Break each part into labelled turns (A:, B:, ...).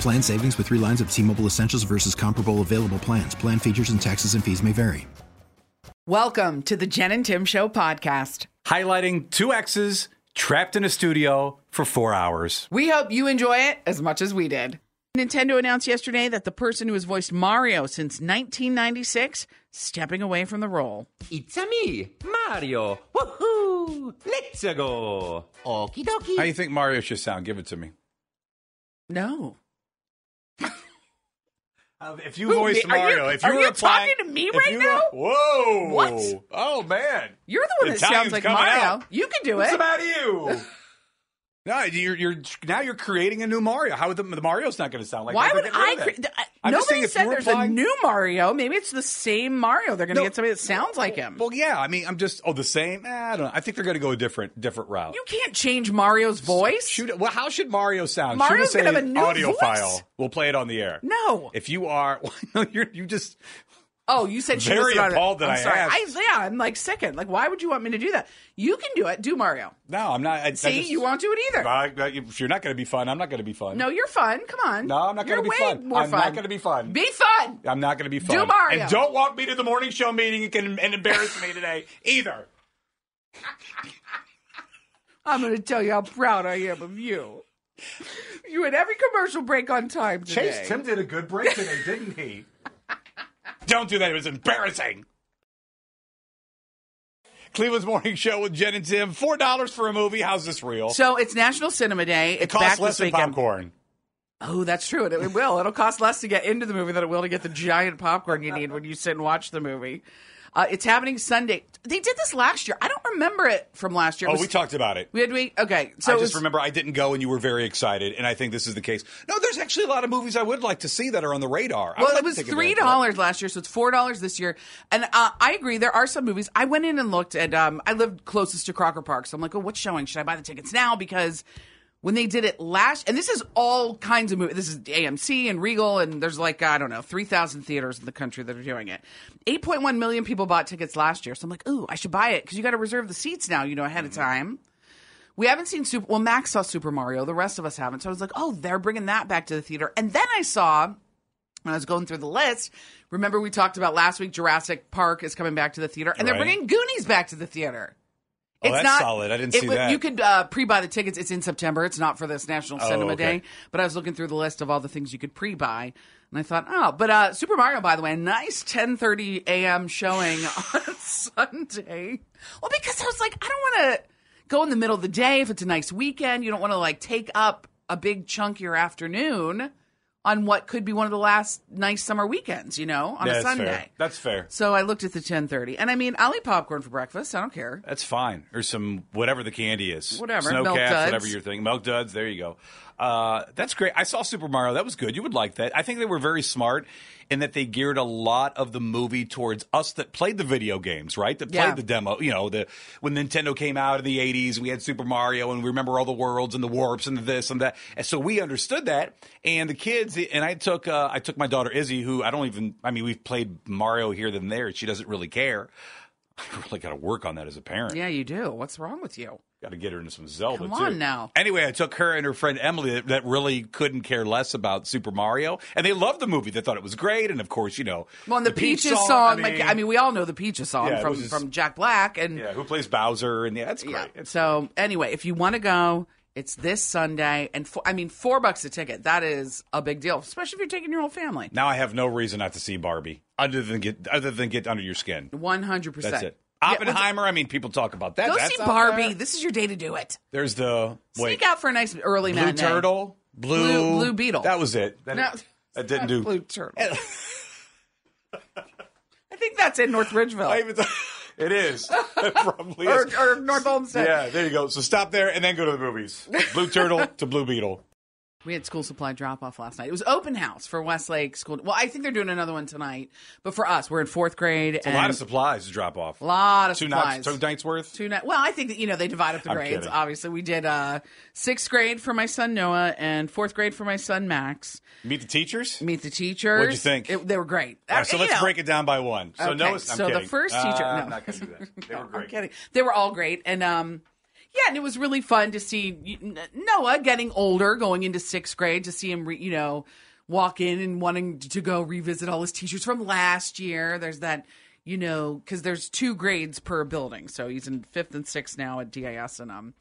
A: Plan savings with three lines of T Mobile Essentials versus comparable available plans. Plan features and taxes and fees may vary.
B: Welcome to the Jen and Tim Show podcast.
C: highlighting two exes trapped in a studio for four hours.
B: We hope you enjoy it as much as we did. Nintendo announced yesterday that the person who has voiced Mario since 1996 stepping away from the role.
D: It's a me, Mario. Woohoo! Let's go. Okie dokie.
C: How do you think Mario should sound? Give it to me.
B: No.
C: if you
B: Who,
C: voiced
B: me? Are
C: Mario,
B: Um, you-
C: if
B: are
C: you were
B: you
C: applying-
B: talking to me
C: if
B: right
C: you
B: now?
C: Were, whoa!
B: What?
C: Oh man!
B: You're the one that sounds
C: Italian's
B: like
C: coming
B: Mario.
C: out.
B: You can do it.
C: What's the matter with you? No, you're, you're now you're creating a new Mario. How would the, the Mario's not going to sound like?
B: Why
C: that? They're
B: would
C: getting
B: I?
C: rid of
B: Cre-
C: it.
B: th- I-
C: I'm just saying
B: nobody
C: if
B: said
C: you're
B: there's
C: applying-
B: a new Mario. Maybe it's the same Mario. They're going to
C: No.
B: get somebody that sounds like him.
C: Well, yeah. I mean, I'm just oh the same. Eh, I don't. know. I think they're going to go a different different route.
B: you can't change Mario's voice.
C: Shoot. Well, how should Mario sound?
B: Mario's
C: should
B: gonna have a new
C: audio
B: voice.
C: file. We'll play it on the air.
B: No.
C: If you are, no, you're, you just
B: Oh, you said she
C: Very
B: was about it.
C: appalled that
B: I'm
C: I
B: sorry.
C: asked.
B: yeah, I'm like sickened. Like, why would you want me to do that? You can do it. Do Mario.
C: no. I'm not. I, I
B: See,
C: just-
B: you won't do it either.
C: I- I- if you're not going to be fun, I'm not going to be fun.
B: no, you're fun. Come on.
C: No, I'm not
B: You're
C: gonna be
B: way
C: fun.
B: More
C: I'm
B: fun.
C: not gonna be fun.
B: Be fun.
C: I'm not going to be fun.
B: Do Mario.
C: And don't walk me to the morning show meeting and, can, and embarrass me today either.
B: I'm going to tell you how proud I am of you. You had every commercial break on time today.
C: did a good break today, didn't he? don't do that. It was embarrassing. Cleveland's morning show with Jen and Tim. Four dollars for a movie. How's this real?
B: So it's National Cinema Day.
C: it
B: it's back
C: costs less
B: this
C: than
B: weekend.
C: popcorn.
B: Oh, that's true. And it will. It'll cost less to get into the movie than it will to get the giant popcorn you need when you sit and watch the movie. Uh, it's happening Sunday. They did this last year. I don't remember it from last year. It
C: Oh,
B: was-
C: we talked about it.
B: We had we okay. So
C: I
B: it
C: just
B: was-
C: remember I didn't go and you were very excited, and I think this is the case. No, there's actually a lot of movies I would like to see that are on the radar. I would
B: Well, it
C: like to
B: was
C: take
B: three
C: advantage of that.
B: dollars last year, so it's four dollars this year. And uh, I agree, there are some movies. I went in and looked at. Um, I lived closest to Crocker Park, so I'm like, oh, what's showing? Should I buy the tickets now? Because when they did it last, and this is all kinds of movies. This is AMC and Regal, and there's like I don't know, three thousand theaters in the country that are doing it. Eight point one million people bought tickets last year, so I'm like, ooh, I should buy it because you got to reserve the seats now, you know, ahead of
C: Mm-hmm.
B: time. We haven't seen Super. Well, Max saw Super Mario. The rest of us haven't. So I was like, oh, they're bringing that back to the theater. And then I saw when I was going through the list. Remember we talked about last week? Jurassic Park is coming back to the theater, and they're
C: Right.
B: bringing Goonies back to the theater.
C: Oh, that's solid. I didn't
B: it
C: see
B: would-
C: that.
B: You could uh, pre-buy the tickets. It's in September. It's not for this National
C: Oh,
B: Cinema
C: okay.
B: Day. But I was looking through the list of all the things you could pre-buy, and I thought, oh, but uh, Super Mario, by the way, a nice 10:30 a.m. showing on Sunday. Well, because I was like, I don't want to go in the middle of the day if it's a nice weekend. You don't want to like take up a big chunk of your afternoon on what could be one of the last nice summer weekends. You know, on
C: Yeah,
B: a
C: that's
B: Sunday.
C: Fair. That's fair.
B: So I looked at the 10:30, and I mean, I'll eat popcorn for breakfast. I don't care.
C: That's fine. Or some whatever the candy is.
B: Whatever.
C: Snow
B: Milk
C: caps,
B: duds.
C: whatever your thing. Milk duds, there you go. Uh, that's great. I saw Super Mario. That was good. You would like that. I think they were very smart in that they geared a lot of the movie towards us that played the video games, right? That played
B: Yeah.
C: the demo. You know, the when Nintendo came out in the 80s, we had Super Mario and we remember all the worlds and the warps and the this and that. And so we understood that. And the kids and I took uh, I took my daughter Izzy who I don't even I mean, we've played Mario here than there. She doesn't really care. I really got to work on that as a parent.
B: Yeah, you do. What's wrong with you?
C: Got to get her into some Zelda
B: Come
C: too.
B: on now.
C: Anyway, I took her and her friend Emily that, that really couldn't care less about Super Mario, and they loved the movie. They thought it was great, and of course, you know,
B: Well, and the,
C: Peach
B: Peaches song, like I mean, we all know the Peaches song
C: Yeah, it
B: from
C: was just-
B: from Jack Black, and
C: yeah, who plays Bowser, and yeah, that's great.
B: yeah.
C: It's-
B: So anyway, if you want to go, It's this Sunday, and four, I mean, four bucks a ticket. That is a big deal, especially if you're taking your whole family.
C: Now I have no reason not to see Barbie other than get other than get under your skin.
B: One hundred percent.
C: That's it. Oppenheimer. I mean, people talk about that.
B: Go
C: That's
B: see
C: out
B: Barbie.
C: there.
B: This is your day to do it.
C: There's the wait,
B: Sneak out for a nice early
C: blue
B: matinee.
C: turtle, blue,
B: Blue- Blue beetle.
C: That was it. That,
B: No,
C: that didn't do.
B: Blue turtle. I think that's in North Ridgeville
C: I even thought- it is. It probably
B: or,
C: is.
B: or North Olmsted.
C: Yeah, there you go. So stop there and then go to the movies. Blue turtle to blue beetle.
B: We had school supply drop off last night. It was open house for Westlake School. Well, I think they're doing another one tonight, but for us, we're in fourth grade.
C: A
B: and
C: lot of supplies to drop off.
B: lot of
C: two
B: supplies.
C: nights, two nights worth.
B: Two night. Well, I think that you know they divide up the
C: I'm
B: grades.
C: kidding.
B: Obviously, we did uh, sixth grade for my son Noah and fourth grade for my son Max.
C: Meet the teachers.
B: Meet the teachers.
C: What'd you think?
B: It- they were great. Uh,
C: All right, so let's break it down by one. So
B: Okay,
C: Noah's. I'm
B: so the
C: kidding.
B: first
C: Uh,
B: teacher-
C: I'm
B: no.
C: not going to do that. They were
B: I'm
C: great.
B: kidding. They were all great, and um, yeah, and it was really fun to see Noah getting older, going into sixth grade, to see him, re- you know, walk in and wanting to go revisit all his teachers from last year. There's that, you know, because there's two grades per building, so he's in fifth and sixth now at DIS, and um,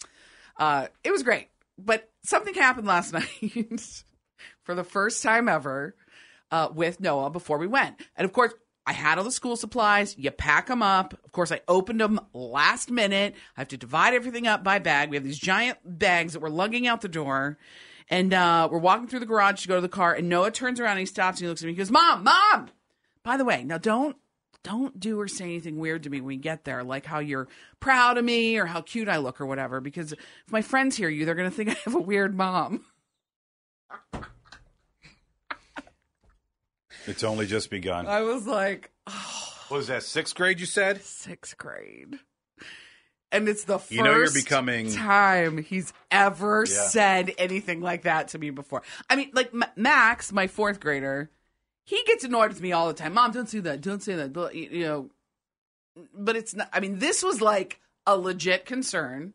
B: uh, it was great. But something happened last night for the first time ever uh, with Noah before we went. And of course, I had all the school supplies. You pack them up. Of course, I opened them last minute. I have to divide everything up by bag. We have these giant bags that we're lugging out the door. And uh, we're walking through the garage to go to the car. And Noah turns around and he stops and he looks at me. He goes, Mom, Mom. By the way, now don't don't do or say anything weird to me when we get there, like how you're proud of me or how cute I look or whatever. Because if my friends hear you, they're gonna think I have a weird mom.
C: It's only just begun.
B: I was like,
C: What was that sixth grade? You said.
B: sixth grade. And it's the first
C: You know you're becoming-
B: time he's ever
C: Yeah.
B: said anything like that to me before. I mean, like M- Max, my fourth grader, he gets annoyed with me all the time. Mom, don't do that. Don't say that. Blah, You you know, but it's not. I mean, this was like a legit concern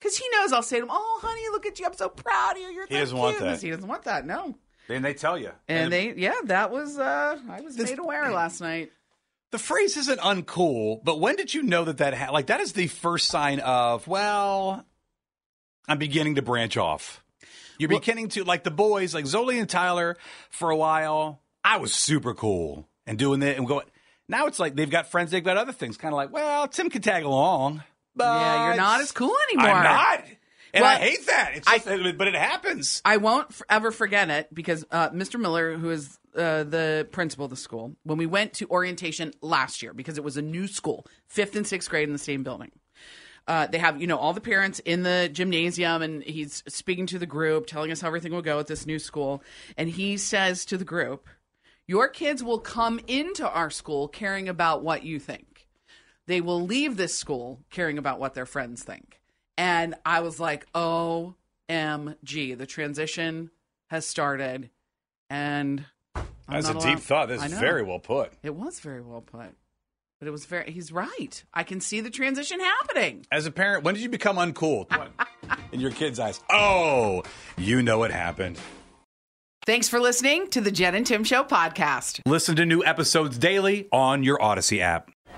B: because he knows I'll say to him, "Oh, honey, look at you. I'm so proud of you. You're
C: He
B: so
C: doesn't want
B: cute."
C: that.
B: He doesn't want that. No.
C: Then they tell you.
B: And, they, yeah, that was. uh I was
C: This-
B: made aware last night.
C: the phrase isn't uncool, but when did you know that that ha- like that is the first sign of well, I'm beginning to branch off. You're beginning to like the boys, like Zoli and Tyler, for a while. I was super cool and doing it and going. Now it's like they've got friends, they've got other things. Kind of like, well, Tim can tag along, but
B: Yeah, you're not as cool anymore.
C: Uh, I'm not, and I
B: Well,
C: hate that. It's
B: I-
C: just, but it happens.
B: I won't f- ever forget it because uh, Mr. Miller, who is uh, the principal of the school, when we went to orientation last year, because it was a new school, fifth and sixth grade in the same building. Uh, they have, you know, all the parents in the gymnasium, and he's speaking to the group, telling us how everything will go at this new school. And he says to the group, Your kids will come into our school caring about what you think. They will leave this school caring about what their friends think. And I was like, OMG, the transition has started. And I'm
C: That's a
B: not
C: deep
B: allowed-
C: thought. This
B: I
C: is
B: know.
C: very well put.
B: It was very well put. But it was very, he's right. I can see the transition happening.
C: As a parent, when did you become uncool? In your kid's eyes. Oh, you know it happened.
B: Thanks for listening to the Jen and Tim Show podcast.
C: Listen to new episodes daily on your Odyssey app.